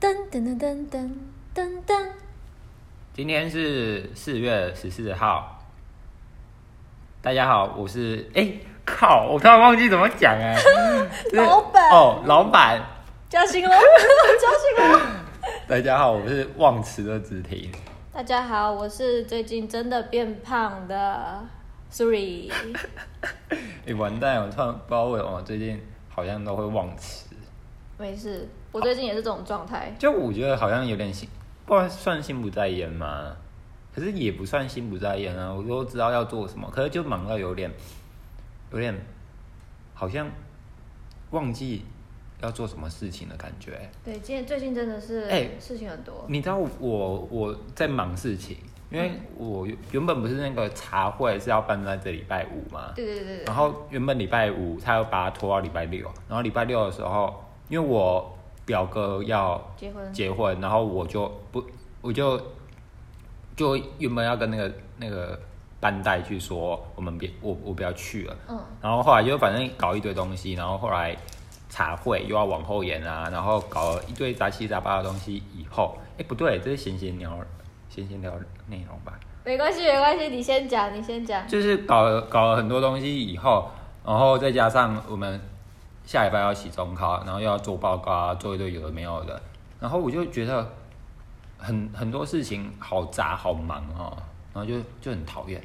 噔噔噔噔噔噔，今天是四月十四号，大家好，我是哎、靠，我突然忘记怎么讲 哎、就是老板哦，老板，叫醒 了，叫醒了。大家好，我是忘词的子婷，大家好，我是最近真的变胖的 Suri。哎、完蛋，我突然不知道为什么最近好像都会忘词，没事，我最近也是这种状态。就我觉得好像有点心，不然算心不在焉吗？可是也不算心不在焉啊，我都知道要做什么，可是就忙到有点，有点好像忘记要做什么事情的感觉。对，今天最近真的是哎事情很多。你知道我我在忙事情，因为我原本不是那个茶会是要办在这礼拜五嘛，对对对对然后原本礼拜五他要把它拖到礼拜六，然后礼拜六的时候，因为我表哥要结婚结婚，然后我就不，我就就原本要跟那个那个班代去说，我们别我我不要去了。嗯。然后后来就反正搞一堆东西，然后后来茶会又要往后延啊，然后搞了一堆杂七杂八的东西以后，哎不对，这是闲闲聊闲闲聊内容吧？没关系没关系，你先讲，你先讲。就是搞了搞了很多东西以后，然后再加上我们下礼拜要期中考，然后又要做报告啊，做一堆有的没有的，然后我就觉得很很多事情好杂好忙哦，然后就就很讨厌。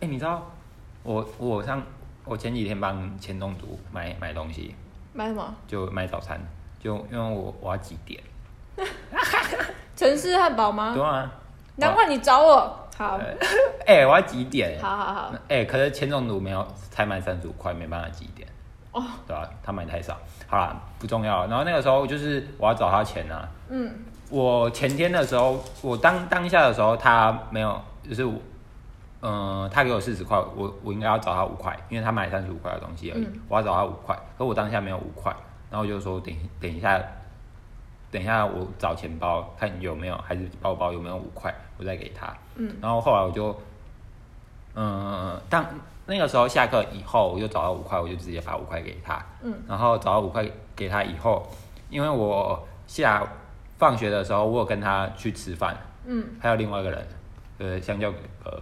哎，你知道我我上我前几天帮钱东主买买东西，买什么？就买早餐，就因为我我要几点？城市汉堡吗对？啊，难怪你找我。好，哎、我要几点？好好好，哎、可是钱总主没有，才买三十五块，没办法几点。哦，对吧、他买太少，好啦，不重要。然后那个时候就是我要找他钱啊。嗯，我前天的时候，我当当下的时候，他没有，就是我，呃，他给我四十块，我我应该要找他五块，因为他买三十五块的东西而已，嗯我要找他五块，可我当下没有五块，然后我就说等一等一下，等一下我找钱包看有没有，还是包包有没有五块，我再给他。嗯，然后后来我就，嗯，当那个时候下课以后，我就找到五块，我就直接把五块给他。嗯，然后找到五块给他以后，因为我下放学的时候，我有跟他去吃饭，嗯，还有另外一个人，呃，香蕉哥哥，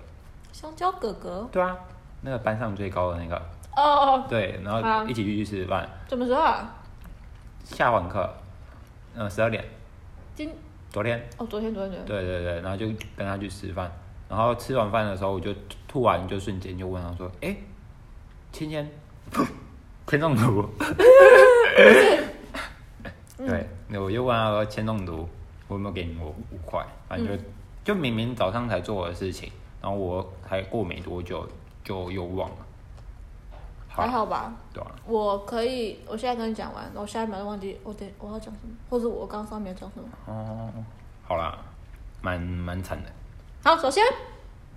香蕉哥哥。对啊，那个班上最高的那个，哦，对，然啊后一起去吃饭，怎么说啊？下完课，嗯、呃，十二点，今昨天，哦，昨天昨天昨天。对对对，然后就跟他去吃饭，然后吃完饭的时候，我就突然就瞬间就问他说：“哎、芊芊，铅中毒？”嗯对，那我就问他说：“铅中毒，我有没有给你我五块？”反正就、嗯就明明早上才做的事情，然后我才过没多久就又忘了。还，好吧，对啊，我可以，我现在跟你讲完，然后下一秒就忘记我得我要讲什么，或者我刚上面讲什么。哦，好啦，蛮蛮惨的。好，首先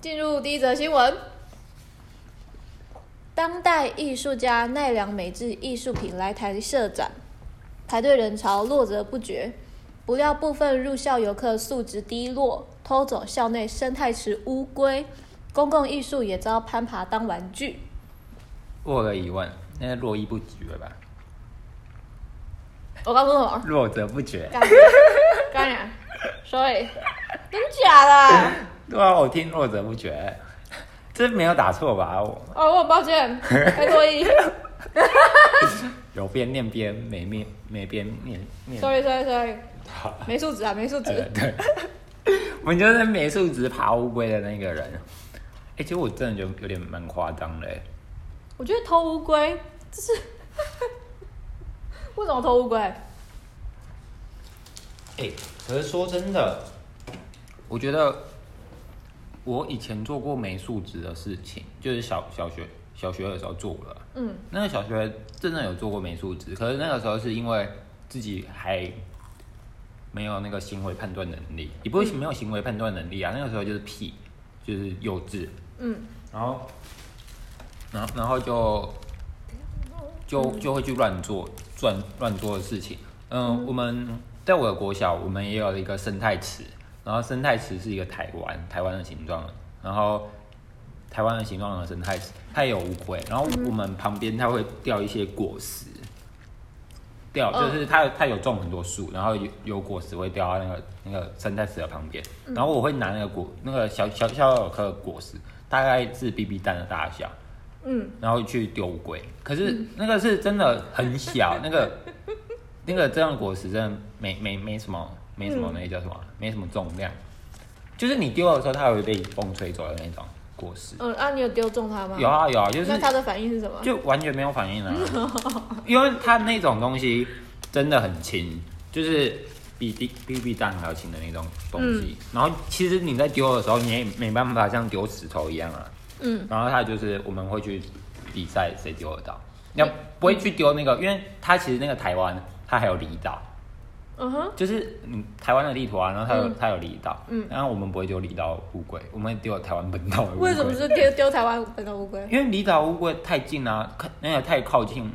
进入第一则新闻。当代艺术家奈良美智艺术品来台设展，排队人潮络绎不绝。不料部分入校游客素质低落，偷走校内生态池乌龟，公共艺术也遭攀爬当玩具。我有个疑问，那络绎不绝吧？我刚说什么？弱者不绝。干嘛？干嘛？Sorry，真假的？对啊，我听弱者不绝， 这没有打错吧？我哦，我很抱 歉，太多一有边念边，没念没边念念。 ，sorry sorry sorry，好没素质啊，没素质。呃 对，我就是美术只爬乌龟的那个人。哎、其实我真的觉得有点蛮夸张的、欸。我觉得偷乌龟，这是 为什么偷乌龟？哎、可是说真的，我觉得我以前做过没素质的事情，就是小小学小学的时候做了。嗯，那个小学真的有做过美术值，可是那个时候是因为自己还没有那个行为判断能力，也不是没有行为判断能力啊，那个时候就是屁，就是幼稚，嗯，然后，然后然后就就就会去乱做乱乱做的事情。嗯，我们在我的国小，我们也有一个生态池，然后生态池是一个台湾台湾的形状，然后台湾的形状的生态池，它也有乌龟，然后我们旁边它会掉一些果实，掉，嗯就是它有它有种很多树，然后有有果实会掉到那个那个生态池的旁边，然后我会拿那个果那个小小小小颗的果实，大概是 BB 弹的大小，嗯，然后去丢乌龟，可是那个是真的很小，那个那个这样的果实真的没没没什么没什么那个叫什么没什么重量，就是你丢的时候它会被风吹走的那种果实。嗯，啊，你有丢中它吗？有啊有啊，就是那它的反应是什么？就完全没有反应 啊，因为它那种东西真的很轻，就是比比比比蛋还要轻的那种东西。嗯然后其实你在丢的时候，你也没办法像丢石头一样啊。嗯，然后它就是我们会去比赛谁丢得到，嗯要不会去丢那个，因为它其实那个台湾它还有离岛，嗯哼，就是嗯台湾的地图啊，然后它有、嗯它有离岛，嗯然后我们不会丢离岛乌龟，我们会丢台湾本岛的乌龟。为什么是丢丢台湾本岛乌龟？因为离岛乌龟太近啦、啊，看那个太靠近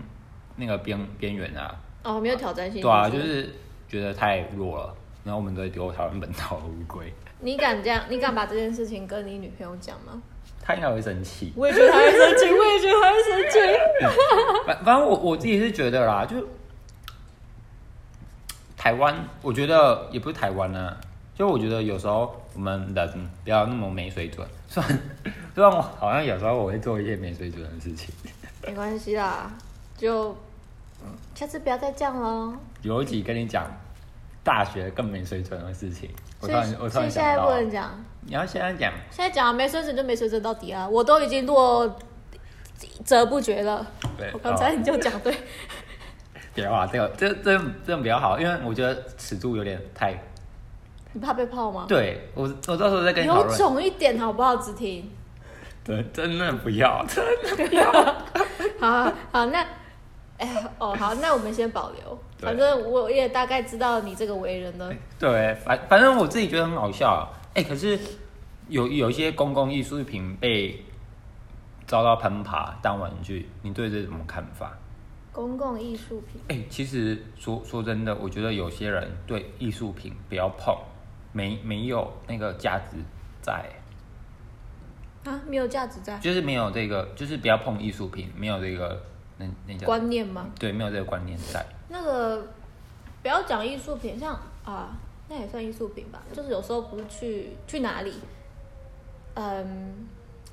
那个边边缘啊，哦，没有挑战性。对啊，就是觉得太弱了，然后我们都会丢台湾本岛的乌龟，你敢这样，你敢把这件事情跟你女朋友讲吗？。他应该会生气我也觉得她会生气，我也觉得她会生气。反反正我我自己是觉得啦，就台湾，我觉得也不是台湾啊，就我觉得有时候我们人不要那么没水准，虽然 虽然我好像有时候我会做一些没水准的事情，没关系啦，就嗯下次不要再这样喽。有一集跟你讲大学更没水准的事情，我所突以，然我突所以然现想在到不啊。能讲，你要现在讲，现在讲没水准就没水准到底啊！我都已经落则不绝了。对哦我刚才你就讲对，不要啊，这个这这这比较好，因为我觉得尺度有点太……你怕被泡吗？对我我到时候再跟你讨有论，种一点哦好不好，子婷？ 真真的不要， 真的好好好，那哎哦好，那我们先保留。对反正我也大概知道你这个为人了。对，反反正我自己觉得很好笑、啊。哎、可是有有一些公共艺术品被遭到攀爬当玩具，你对这什么看法？公共艺术品，哎、其实说说真的，我觉得有些人对艺术品不要碰，没没有那个价值在。啊，没有价值在就是没有这个，就是不要碰艺术品，没有这个那那叫观念吗？对，没有这个观念在。那个不要讲艺术品，像啊，那也算艺术品吧。就是有时候不是去去哪里，嗯，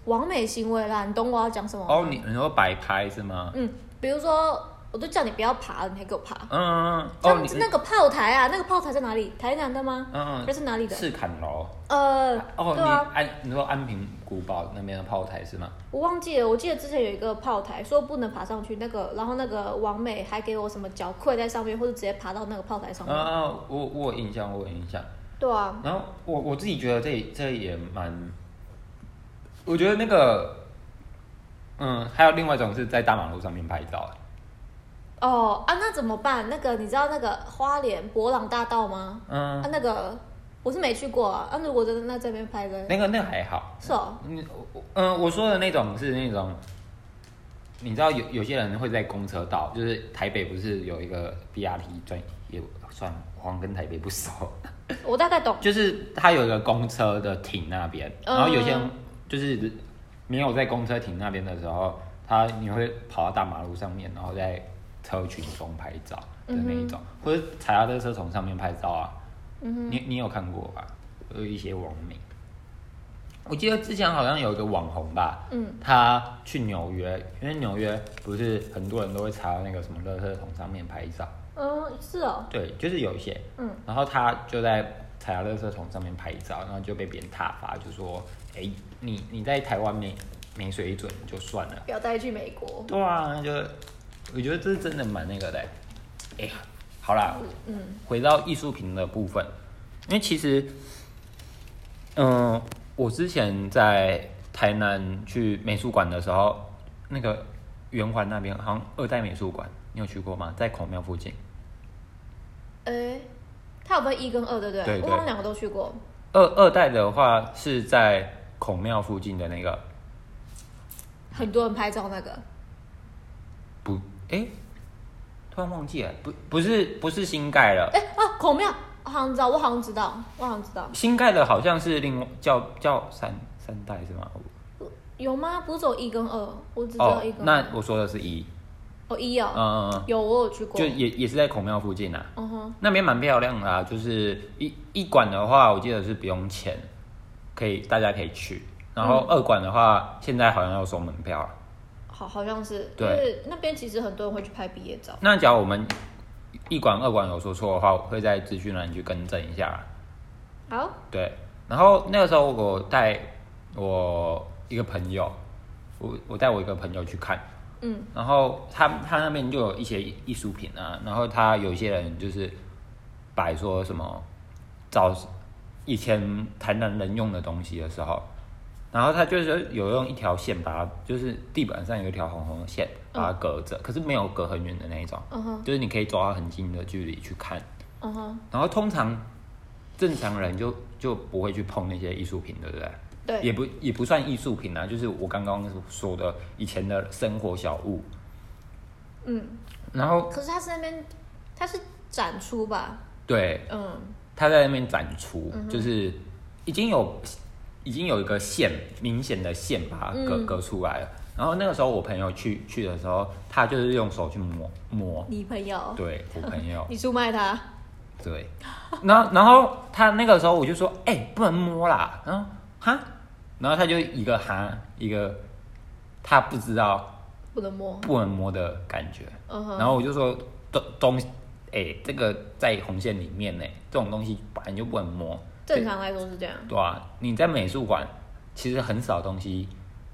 完美行为啦，你懂我要讲什么吗？哦，你你说摆拍是吗？嗯，比如说，我都叫你不要爬，你还给我爬。嗯嗯，嗯哦像你那个炮台啊，那个炮台在哪里？台南的吗？嗯这是哪里嗯的？赤坎楼呃，哦，对啊，你安你说安平古堡那边的炮台是吗？我忘记了，我记得之前有一个炮台说不能爬上去，那个，然后那个王美还给我什么脚跪在上面，或者直接爬到那个炮台上啊、面。嗯，我我有印象，我有印象。对啊，然后我我自己觉得这这也蛮，我觉得那个，嗯，还有另外一种是在大马路上面拍照，哦啊，那怎么办？那个你知道那个花莲博朗大道吗？嗯啊，，那个我是没去过啊。啊，如果真的那这边拍的，那个那个还好，是哦，嗯，我嗯，我说的那种是那种，你知道有有些人会在公车道，就是台北不是有一个 BRT 专也算，我好像跟台北不熟，我大概懂。就是它有一个公车的停那边，然后有些人嗯就是没有在公车停那边的时候，他你会跑到大马路上面，然后在车群中拍照的那一种，或者踩到这个车丛上面拍照啊，嗯哼，你你有看过吧？有一些网民，我记得之前好像有一个网红吧，嗯，他去纽约，因为纽约不是很多人都会查到那个什么垃圾桶上面拍照，嗯，是哦，对，就是有一些，嗯，然后他就在踩到垃圾桶上面拍照，然后就被别人挞伐，就说，哎、你你在台湾没没水准就算了，不要带去美国。对啊，那就我觉得这是真的蛮那个的、哎、呀，好啦，嗯，回到艺术品的部分，因为其实，嗯、我之前在台南去美术馆的时候，那个圆环那边好像二代美术馆，你有去过吗？在孔庙附近，哎，它有分一跟二，对不对？对我对好像两个都去过。二二代的话是在孔庙附近的那个很多人拍照那个，不，哎、突然忘记了，不不是不是新盖了，哎、啊，孔庙，我好像知道，我好像知道，我好像知道，新盖的好像是另外叫叫三三代是吗？有吗？不是只有一跟二，我只知道哦一，跟二。那我说的是一，哦，一哦，嗯，嗯有我有去嗯过就，也也是在孔庙附近啊，嗯哼，那边蛮漂亮的、啊，就是一一馆的话，我记得是不用钱，可以大家可以去。然后嗯二馆的话，现在好像要收门票了。好好像是，对就是那边其实很多人会去拍毕业照，那假如我们一馆、二馆有说错的话，我会在资讯栏去更正一下。好，对，然后那个时候我带我一个朋友，我我带我一个朋友去看，嗯，然后他他那边就有一些艺术品啊，然后他有一些人就是摆说什么找以前台南人用的东西的时候，然后他就是有用一条线把它，就是地板上有一条红红的线把它隔着，可是没有隔很远的那一种，嗯哼，就是你可以走到很近的距离去看。嗯哼，然后通常正常人就就不会去碰那些艺术品，对不对？对，也不也不算艺术品啊，就是我刚刚说的以前的生活小物。嗯，然后可是他是那边他是展出吧，对，嗯他在那边展出，就是已经有已经有一个线明显的线把它隔、嗯隔出来了。然后那个时候我朋友去去的时候，他就是用手去摸摸，你朋友，对我朋友你出卖他，对， 然后然后他那个时候我就说，哎、不能摸啦，然后哈，然后他就一个哈一个他不知道不能摸，不能摸的感觉，嗯哼，然后我就说东东西，哎、这个在红线里面呢、这种东西本来就不能摸，正常来说是这样，对啊，你在美术馆其实很少东西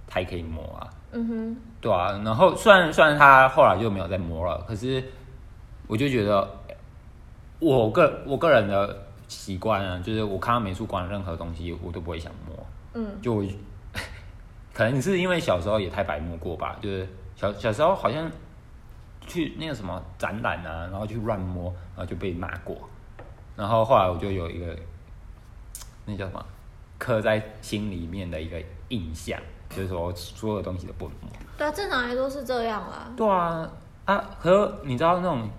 才可以摸啊，嗯哼，对啊，然后虽然虽然他后来就没有再摸了，可是我就觉得我个我个人的习惯啊，就是我看到美术馆任何东西我都不会想摸，嗯，就我 可能是因为小时候也太白目过吧，就是小小时候好像去那个什么展览啊，然后去乱摸，然后就被骂过，然后后来我就有一个那叫什么刻在心里面的一个印象，就是说所有东西都不能摸。对啊，正常来说是这样啦，对啊，啊，和你知道那种，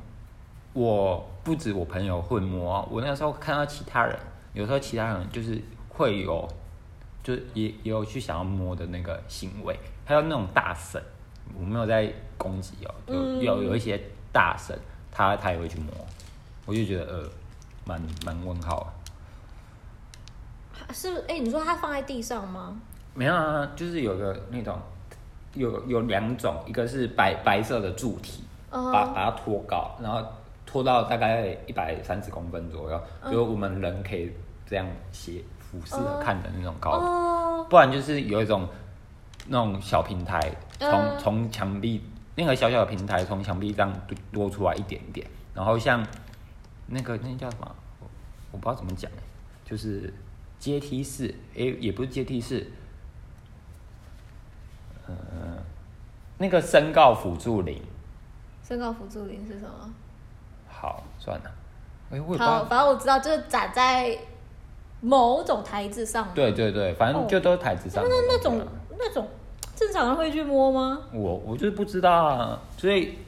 我不止我朋友会摸，我那时候看到其他人，有时候其他人就是会有，就是也也有去想要摸的那个行为，还有那种大神，我没有在攻击哦，就嗯有有一些大神，他他也会去摸，我就觉得呃，蛮蛮问号啊。是，哎，你说他放在地上吗？没有啊，就是有个那种，有有两种，一个是白白色的柱体，嗯把把它托高，然后托到大概一百三十公分左右，嗯就是我们人可以这样斜俯视着看的那种高度。哦，不然就是有一种那种小平台，从嗯从墙壁那个小小的平台从墙壁这样多多出来一点点，然后像那个那叫什么，我我不知道怎么讲欸，就是阶梯式，诶、也不是阶梯式，呃，那个升高辅助铃，身高辅助林是什么？好算了，诶、我也不知好，道，反正我知道，就是展在某种台子上。对对对，反正哦就都是台子那上的那那东西种啊那种正常人会去摸吗？我我就是不知道啊，所以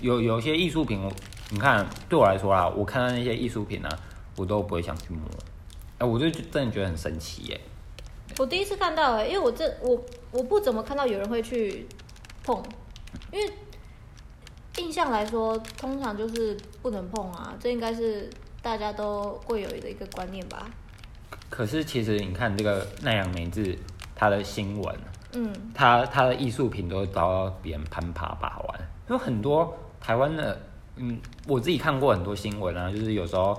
有有些艺术品，我你看对我来说啦，我看到那些艺术品啊，我都不会想去摸，哎、我就真的觉得很神奇耶、我第一次看到哎、因为我这我我不怎么看到有人会去碰，因为印象来说，通常就是不能碰啊，这应该是大家都会有的一个观念吧。可是其实你看这个奈良美智，他的新闻，啊 嗯，他他的艺术品都遭到别人攀爬把玩，有很多台湾的，嗯，我自己看过很多新闻啊，就是有时候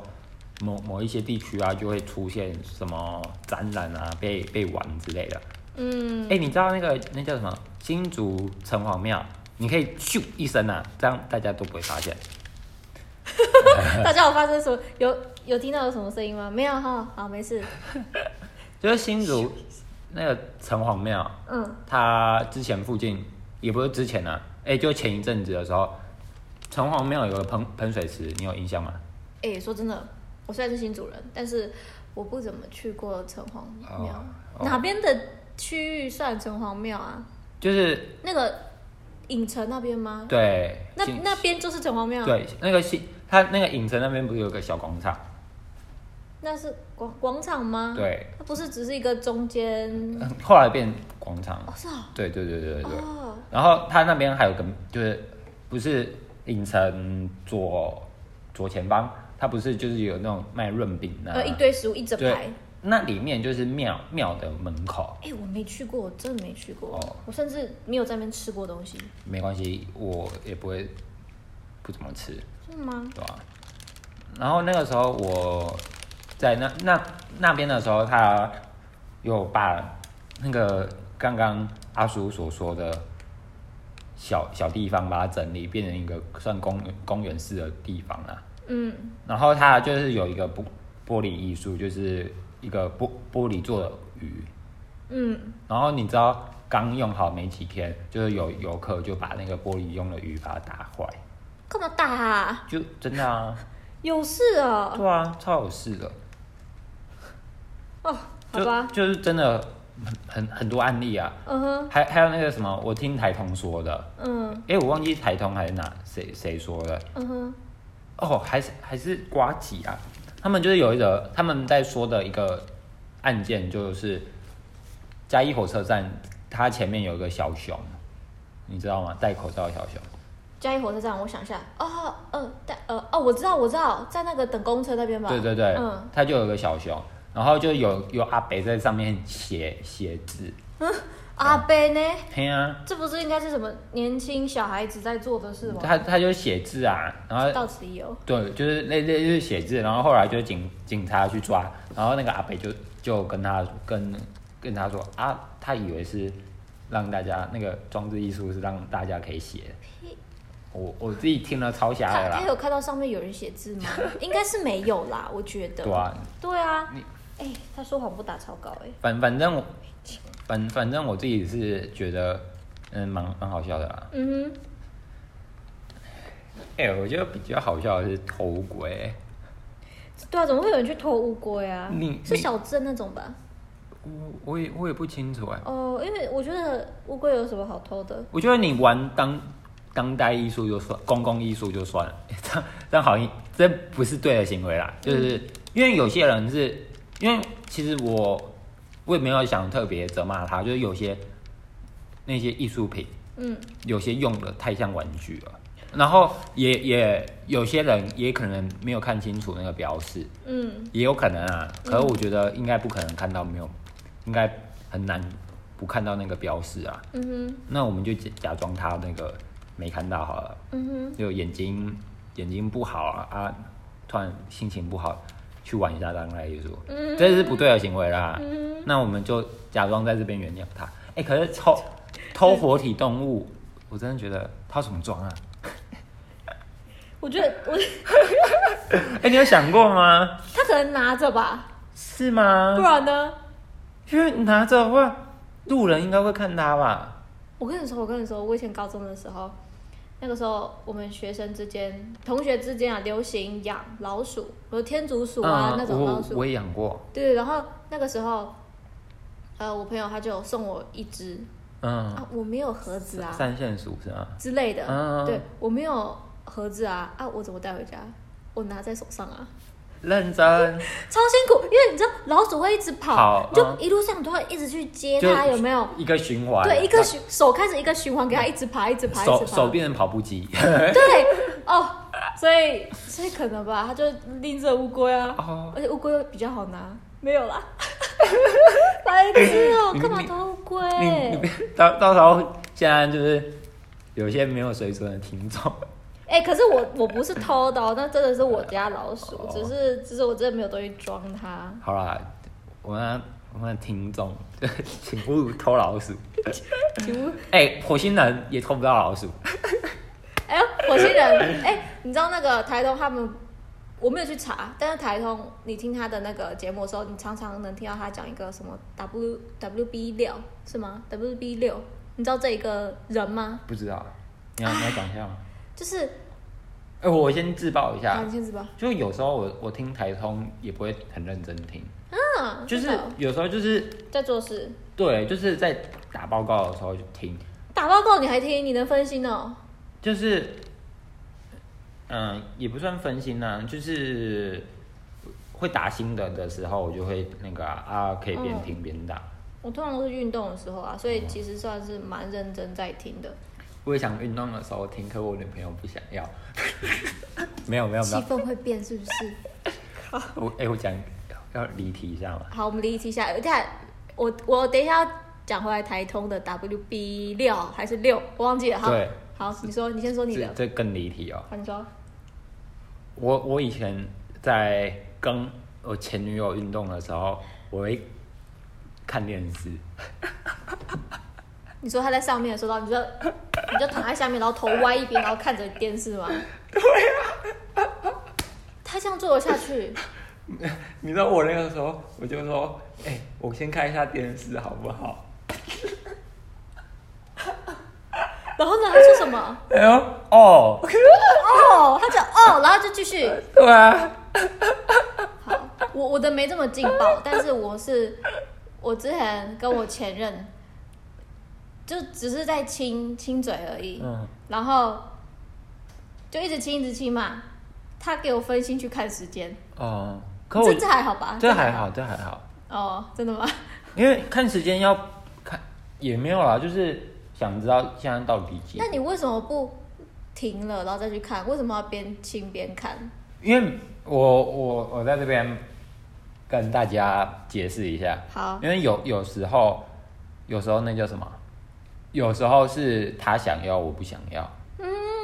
某某一些地区啊，就会出现什么展览啊，被被玩之类的。嗯，哎、你知道那个那叫什么新竹城隍庙？你可以咻一声啊，这样大家都不会发现。大家有发生什么有有听到有什么声音吗？没有哈，好没事。就是新竹那个城隍庙，嗯它之前附近也不是之前啊，哎、就前一阵子的时候，城隍庙有个喷喷水池，你有印象吗？哎、说真的，我虽然是新主人，但是我不怎么去过城隍庙。哦哦哪边的区域算城隍庙啊？就是那个影城那边吗？对，哦那新那边就是城隍庙。，啊对那个新它那个影城那边不是有个小广场？那是广广场吗？，对，它不是只是一个中间。后来变广场哦，。是啊、对对对对对哦，然后它那边还有个就是不是影城左左前方，它不是就是有那种卖润饼啊，呃，一堆食物一整排对。，那里面就是庙庙的门口，哎、我没去过，我真的没去过，哦我甚至没有在那边吃过东西，没关系，我也不会不怎么吃，真的吗？对吧、然后那个时候我在那那那边的时候，他有把那个刚刚阿叔所说的小小地方把它整理，变成一个算公园公园式的地方啦、嗯，然后它就是有一个玻玻璃艺术，就是一个玻玻璃做的鱼。嗯，然后你知道刚用好没几天，就是有游客就把那个玻璃用的鱼把它打坏，干嘛打、啊？就真的啊，有事啊？对啊，超有事的，哦，好就吧，就是真的很很很多案例啊。嗯哼，还还有那个什么，我听台通说的，嗯，哎，我忘记台通还是哪谁谁说的，嗯哼，哦，还是还是瓜吉啊，他们就是有一个他们在说的一个案件，就是嘉义火车站，它前面有一个小熊，你知道吗？戴口罩的小熊，嘉义火车站，我想一下，哦，嗯，但呃，哦，我知道，我知道，在那个等公车那边吧？对对啊对，嗯它就有个小熊，然后就有有阿北在上面写写字，阿伯呢？嘿啊，这不是应该是什么年轻小孩子在做的事吗？他他就写字啊，然后到此一游。对，就是那那就是写字，然后后来就是警警察去抓，然后那个阿北就就跟他跟跟他说啊，他以为是让大家那个装置艺术是让大家可以写，我我自己听了超瞎他的他啦，有看到上面有人写字吗？应该是没有啦，我觉得。对啊，对啊你哎、他说谎不打草稿、哎，反反正我反反正我自己是觉得嗯蛮蛮好笑的啦，嗯哼，哎、我觉得比较好笑的是头鬼，对啊，怎么会有人去偷乌龟啊？你是你小镇那种吧？我我也我也不清楚哎、哦，因为我觉得乌龟有什么好偷的？我觉得你玩当当代艺术就算，公共艺术就算了， 这样这样好像这不是对的行为啦。就是、因为有些人是，因为其实我我也没有想特别责骂他，就是有些那些艺术品，嗯，有些用的太像玩具了。然后也也有些人也可能没有看清楚那个标示，嗯，也有可能啊。可是我觉得应该不可能看到没有，应该很难不看到那个标示啊。嗯哼，那我们就假假装他那个没看到好了，嗯哼，就眼睛眼睛不好啊啊，突然心情不好，去玩一下当代艺术，嗯这是不对的行为啦。嗯那我们就假装在这边原谅他。哎、可 是偷偷活体动物，我真的觉得他什么装啊？我觉得我 哎、你有想过吗？他可能拿着吧，是吗不？然呢？因为拿着的话，路人应该会看他吧？我跟你说，我跟你说，我以前高中的时候，那个时候我们学生之间、同学之间啊，流行养老鼠，比如天竺鼠啊、那种老嗯我鼠啊我。也养过，对，然后那个时候，呃，我朋友他就有送我一只嗯，啊，我没有盒子啊三线鼠是吗？之类的，嗯嗯嗯对我没有盒子啊啊，我怎么带回家？我拿在手上啊，认真。超辛苦，因为你知道老鼠会一直跑，跑你就嗯一路上都会一直去接就它，有没有？一个循环？对，一个循手开始一个循环，给它一直爬，一直爬，一直手爬。手变成跑步机。对 哦，所以所以可能吧，他就拎着乌龟啊，哦而且乌龟比较好拿，没有啦， 白痴哦、你干嘛你偷乌 你龟？你别到到时候现在就是有些没有水准的听众， 哎、可是我我不是偷的、哦，那真的是我家老鼠，哦只是只是我真的没有东西装它。好啦，我们我们的听众， 请勿偷老鼠。 请勿哎、火星人也偷不到老鼠。哎呦，火星人，哎、你知道那个台东他们，我没有去查，但是台东你听他的那个节目的时候，你常常能听到他讲一个什么 W W B 六是吗？W B 六，你知道这一个人吗？不知道，你要你要讲一下吗？就是哎、我先自爆一啊，下你，先知吧。就有时候我我听台通也不会很认真听，啊，就是真的哦有时候就是在做事，对，就是在打报告的时候就听，打报告你还听，你能分心哦。就是，嗯、也不算分心呐、就是会打新的的时候，我就会那个啊，啊可以边嗯听边打。我通常都是运动的时候啊，所以其实算是蛮认真在听的。我也想运动的时候听，可我女朋友不想要。 没有没有气没有，氛会变是不是？我哎、我讲要离题一下嘛。好，我们离题一下。你看，我我等一下要讲回来台通的 WB 六还是六，我忘记了。好对，好，你说，你先说你这的。这更离题哦。好，你说。我我以前在跟我前女友运动的时候，我会看电视，你说他在上面的时候，你就你就躺在下面，然后头歪一边，然后看着电视吗？对啊。他这样做得下去？ 你知道我那个时候，我就说，哎、我先看一下电视好不好？然后呢？他说什么？哎呦， 哦，哦，他就哦，然后就继续。对啊，好，我我的没这么劲 爆，但是我是我之前跟我前任，就只是在亲亲嘴而已，嗯，然后就一直亲一直亲嘛。他给我分心去看时间，哦，可我这这还好吧？这还好，这还好，哦，真的吗？因为看时间要看也没有啦，就是想知道现在到底几那点，你为什么不停了，然后再去看？为什么要边亲边看？因为我我我在这边跟大家解释一下，好，因为有有时候，有时候那叫什么？有时候是他想要，我不想要。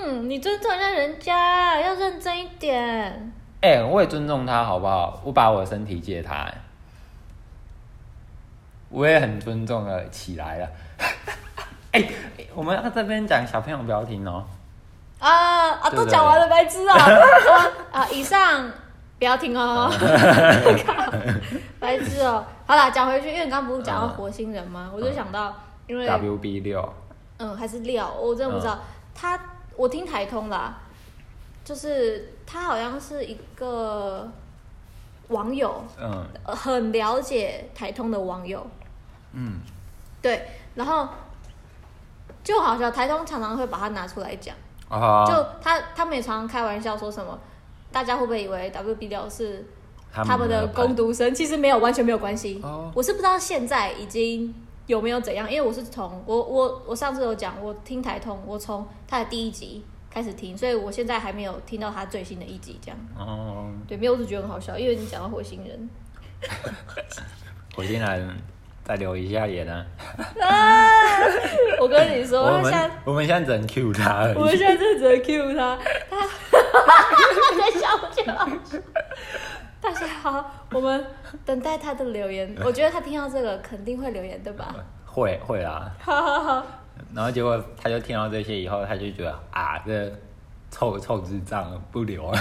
嗯，你尊重一下人家，要认真一点。哎、我也尊重他，好不好？我把我的身体借他、哎我也很尊重了起来了。哎、我们要这边讲小朋友不要听哦、啊啊，对都对讲完了，白痴啊！ 啊啊，以上不要听哦，啊 白痴哦。好啦，讲回去，因为你刚不是讲到火星人啊吗？我就想到，因为 WB 六，嗯，还是料，我真的不知道。嗯他我听台通啦，就是他好像是一个网友，嗯呃很了解台通的网友，嗯，对，然后就好像台通常常会把它拿出来讲。啊、就他他们也常常开玩笑说什么，大家会不会以为 WB 六是他们的攻读生？其实没有，完全没有关系。哦我是不知道现在已经有没有怎样，因为我是从我我我上次有讲，我听台通，我从他的第一集开始听，所以我现在还没有听到他最新的一集。这样哦，对，没有，我只觉得很好笑，因为你讲到火星人我竟然再留一下言啊！啊，我跟你说，我他现在们我们现在只能 Q 他而已。我们现在真的只能 Q 他，他在笑我觉得好笑。大家好，我们等待他的留 言。我觉得他听到这个肯定会留言，对吧？会会啦，好好好，然后结果他就听到这些以后，他就觉得啊，这臭臭智障不留了，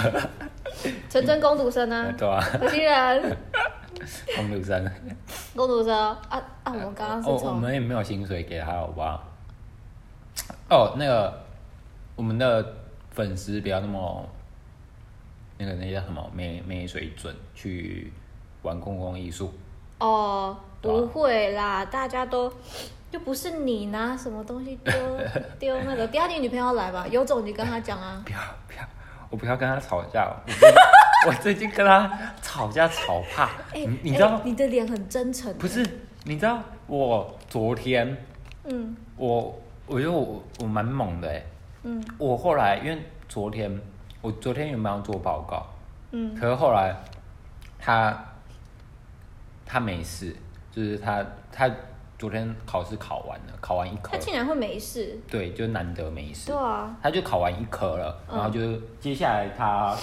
纯真攻读生 呢、对吧、啊？啊？火星人公路生，攻读生啊啊！我们刚刚哦是，我从们也没有薪水给他，好不好？哦，那个我们的粉丝不要那么那个那叫什么没没水准去玩公共艺术， 哦，对啊不会啦，大家都就不是你拿什么东西丢丢那个， 不要你女朋友来吧，有种你就跟她讲啊。不要不要，我不要跟他吵架，哦我最近 我最近跟他吵架吵怕，哎、你你哎知道、你的脸很真诚，不是？你知道我昨天嗯我我觉得我我蛮猛的哎，嗯我后来因为昨天我昨天原本要做报告，嗯，可是后来他他没事，就是他他昨天考试考完了，考完一科他，竟然会没事，对，就难得没事对，啊。他就考完一科了，嗯然后就接下来他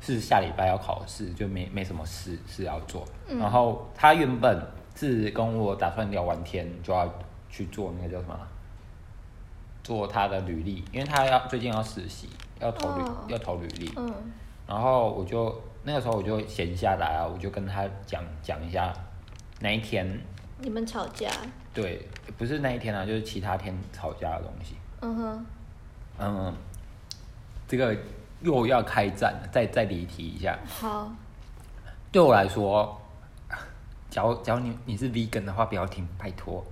是下礼拜要考试，就没没什么事事要做。嗯然后他原本是跟我打算聊完天就要去做那个叫什么，做他的履历，因为他要最近要实习，要投履、哦要投履历。嗯然后我就那个时候我就闲下来啊，我就跟他讲讲一下那一天，，你们吵架，对，不是那一天啊，就是其他天吵架的东西。嗯哼，嗯，这个又要开战了，再再离题一下。好，对我来说， 假如假如你你是 vegan 的话，不要听，拜托。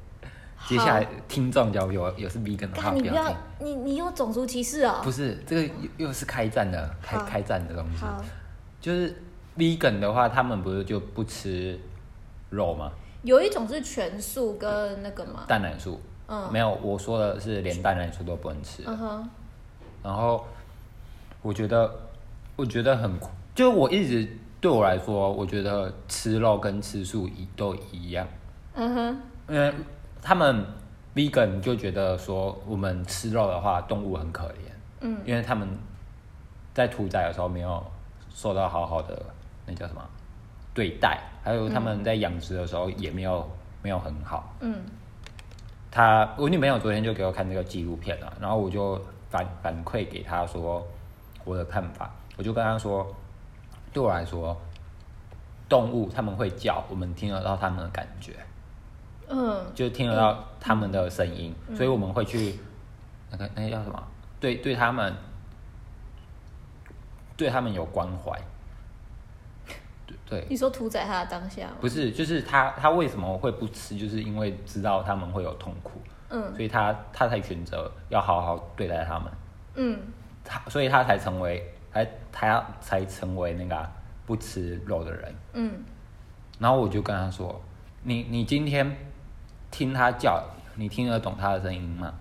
好接下来听众假如有有是 vegan 的话，但你不不要要听。，你你有种族歧视哦不。是这个又又是开战的，开好开战的东西。好，就是 vegan 的话，他们不是就不吃肉吗？有一种是全素跟那个嘛，蛋奶素。嗯没有，我说的是连蛋来说都不能吃。嗯哼，然后我觉得，我觉得很酷，就我一直对我来说，我觉得吃肉跟吃素一都一样。嗯哼，因为他们 vegan 就觉得说，我们吃肉的话，动物很可怜，嗯，因为他们在屠宰的时候没有受到好好的那叫什么对待，还有他们在养殖的时候也没有、没有很好，嗯他我女朋友昨天就给我看这个纪录片了、然后我就反反馈给她说我的看法，我就跟她说，对我来说，动物他们会叫，我们听得到他们的感觉，嗯就听得到他们的声音，所以我们会去那个那个叫什么？对对他们，对他们有关怀，对对，你说屠宰它的当下吗？不是，就是他他为什么会不吃，就是因为知道他们会有痛苦，嗯所以他他才选择要好好对待他们，嗯他所以他才成为，才他才成为那个啊不吃肉的人。嗯然后我就跟他说：“你你今天听他叫，你听得懂他的声音吗？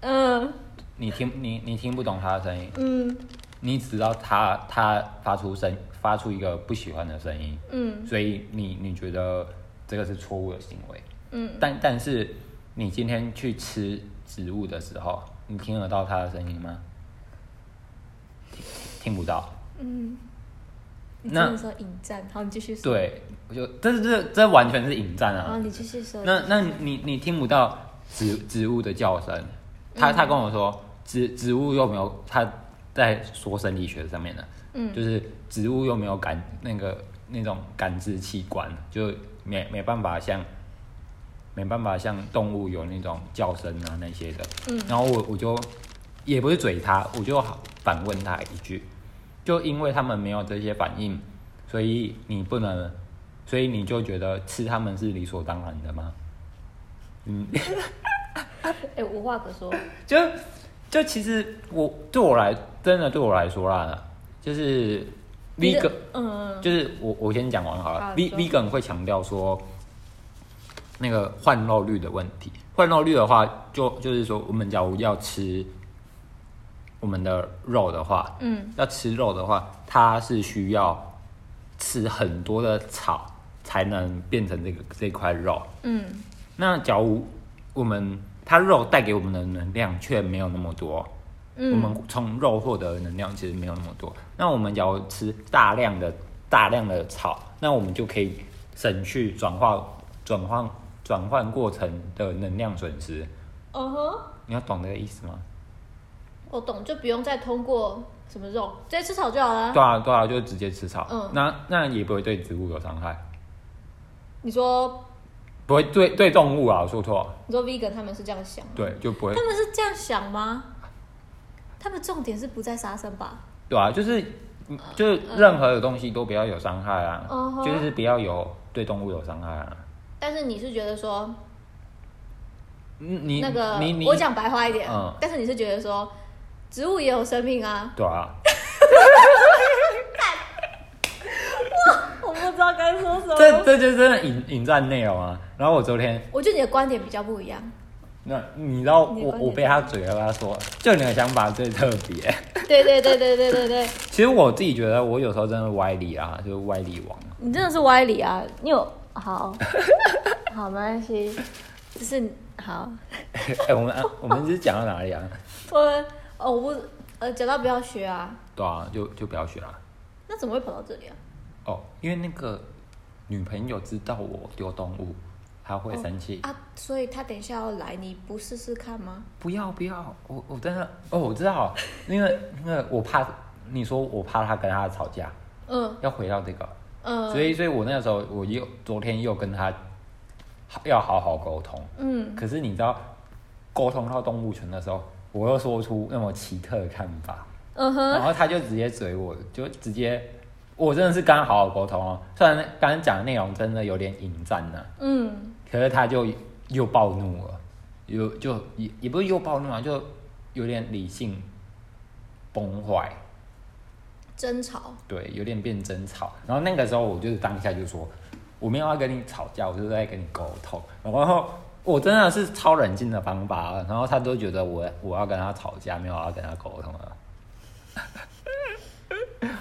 嗯你听你你听不懂他的声音，嗯你只知道他他发出声发出一个不喜欢的声音，嗯所以你你觉得这个是错误的行为。嗯但但是你今天去吃植物的时候，你听得到它的声音吗？听听不到。嗯，你那真的说引战，好，你继续说。，对，我就这这这完全是引战好，啊！你继续说。那那你你听不到植植物的叫声，他嗯他跟我说植植物又没有他在说生理学上面的，嗯就是植物又没有感那个那种感知器官，就没没办法像没办法像动物有那种叫声啊那些的。嗯然后我我就也不是嘴他，我就好反问他一句，就因为他们没有这些反应，所以你不能，所以你就觉得吃他们是理所当然的吗？嗯，哎，无话可说。就就其实我对我来真的对我来说啦，就是你 vegan 的嗯就是我我先讲完好了好。 V 说 vegan 会强调说那个换肉率的问题，换肉率的话，就就是说我们假如要吃我们的肉的话，嗯要吃肉的话，它是需要吃很多的草才能变成这个这块肉。嗯那假如我们它肉带给我们的能量却没有那么多，我嗯们从肉获得的能量其实没有那么多。那我们假如吃大量的大量的草，那我们就可以省去转化转换转换过程的能量损失。嗯哼，你要懂这个意思吗？我懂，就不用再通过什么肉，直接吃草就好了。对啊，对啊，就直接吃草，嗯那那也不会对植物有伤害，你说不会对对动物啊，我说错了，你说 vegan 他们是这样想吗？对就不会他，们是这样想吗？他们重点是不再杀生吧？对啊，就是就是任何的东西都不要有伤害啊，嗯哼就是不要有对动物有伤害啊。但是你是觉得说嗯你那个你你我讲白话一点，嗯但是你是觉得说植物也有生命啊？对啊，我不知道该说什这么。这就是真的引引战内容啊。然后我昨天，我觉得你的观点比较不一样，那你知道你我的观点我被他嘴了，他说，就你的想法最特别。 对对对对对对对，其实我自己觉得，我有时候真的歪理啊，就是歪理王。 你真的是歪理啊！你有好，好没关系，就是好，哎、我们我们是讲到哪里啊？我哦我不呃讲到不要学啊，对啊，就就不要学啦。那怎么会跑到这里啊？哦，因为那个女朋友知道我丢动物，她会生气。啊，所以他等一下要来，你不试试看吗？不要不要，我我真的哦，我知道， 因为因为我怕你说我怕她跟她吵架，嗯要回到这个。嗯，所以，所以我那时候我又昨天又跟他好要好好沟通，嗯可是你知道沟通到动物权的时候，我又说出那么奇特的看法，嗯哼然后他就直接嘴我，就直接我真的是刚刚好好沟通哦，虽然刚刚讲的内容真的有点引战啊呢、嗯可是他就又暴怒了，又就也也不是又暴怒啊，就有点理性崩坏。争吵，对，有点变争吵。然后那个时候我就是当下就说，我没有要跟你吵架，我就是在跟你沟通。然后哦我真的是超冷静的方法，啊然后他都觉得我我要跟他吵架，没有要跟他沟通了。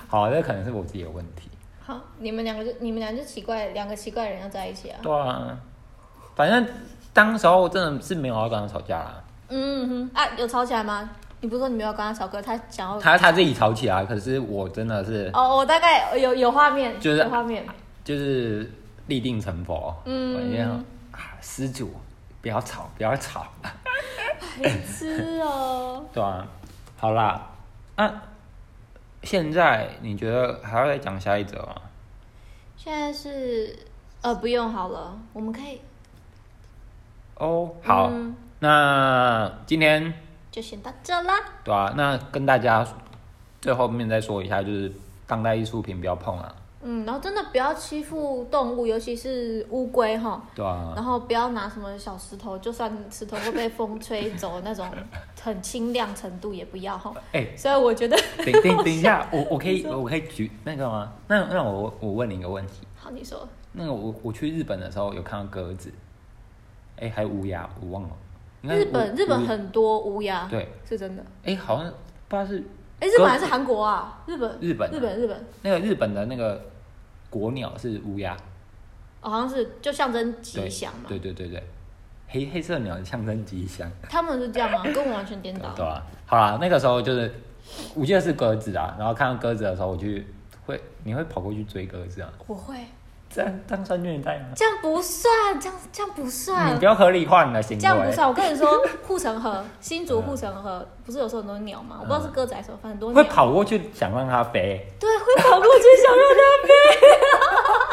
好，这可能是我自己的问题。好，你们两个就你们俩就奇怪，两个奇怪人要在一起啊。对啊，反正当时候真的是没有要跟他吵架啦，嗯哼，啊，有吵起来吗？你不是说你没有跟他吵过，他想要他他自己吵起来，可是我真的是哦，我大概有有画面，就是有画 面。就是立定成佛，嗯我一定要啊，施主不要吵，不要吵，白痴哦，对啊，好啦，那、现在你觉得还要再讲下一则吗？现在是呃不用好了，我们可以哦，好，嗯那今天就先到这啦。对啊，那跟大家最后面再说一下，就是当代艺术品不要碰啊，嗯，然后真的不要欺负动物，尤其是乌龟哈。对啊，然后不要拿什么小石头，就算石头会被风吹走那种很轻量程度也不要哈。哎、所以我觉得，等等等一下，我我可以我可以举那个吗？那那我我问你一个问题，好，你说那个我我去日本的时候有看到鸽子，哎、还有乌鸦，我忘了。应该是日本乌日本乌很多乌鸦，对，是真的。哎、好像不知道是哎，日本鸽还是韩国啊？日本日本啊日本日本，那个日本的那个国鸟是乌鸦，哦好像是就象征吉对祥嘛。对对对对，黑黑色鸟象征吉祥，他们是这样吗？跟我完全颠 对啊倒。吧、好啦，那个时候就是我记得是鸽子啊，然后看到鸽子的时候，我去会你会跑过去追鸽子啊，我会，这样这样算虐待吗？这样不算，这样这样不你算不，要合理化你的行为，这样不算。我跟你说，护城河，新竹护城河不是有时候很多鸟吗？我不知道是鸽仔什么，反正很多嗯会鸟。跑过去想让它飞，对，会跑过去想让它飞。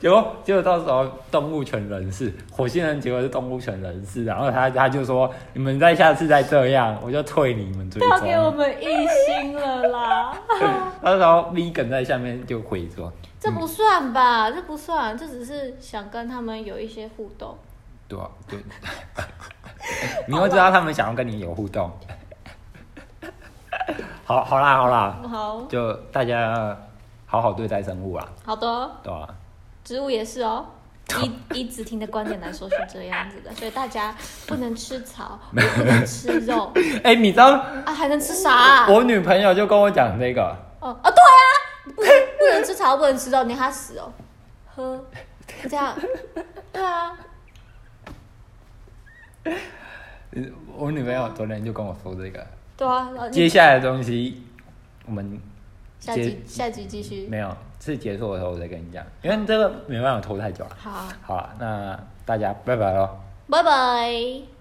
结果结果到时候动物权人士，火星人结果是动物权人士，然后他他就说你们再下次再这样，我就退你们追不要给我踪。们一星了啦！嗯到时候 V 梗在下面就回说，这不算吧？这不算，这只是想跟他们有一些互动。对啊，对，你会知道他们想要跟你有互动。好好啦好啦，好就大家好好对待生物啦，好的哦，对吧、植物也是 哦。以以子婷的观点来说是这样子的，所以大家不能吃 草，也不能吃肉哎、你知道啊，还能吃啥、啊？我女朋友就跟我讲这个，哦啊，对啊，你不能不能吃草，不能吃肉，你还死哦，喝，你这样，对啊，我女朋友昨天就跟我说这个，对啊，然后接你下来的东西我们下集下集继续，没有是结束的时候我再跟你讲，因为这个没办法拖太久了。啊好，好了，那大家拜拜喽。拜拜。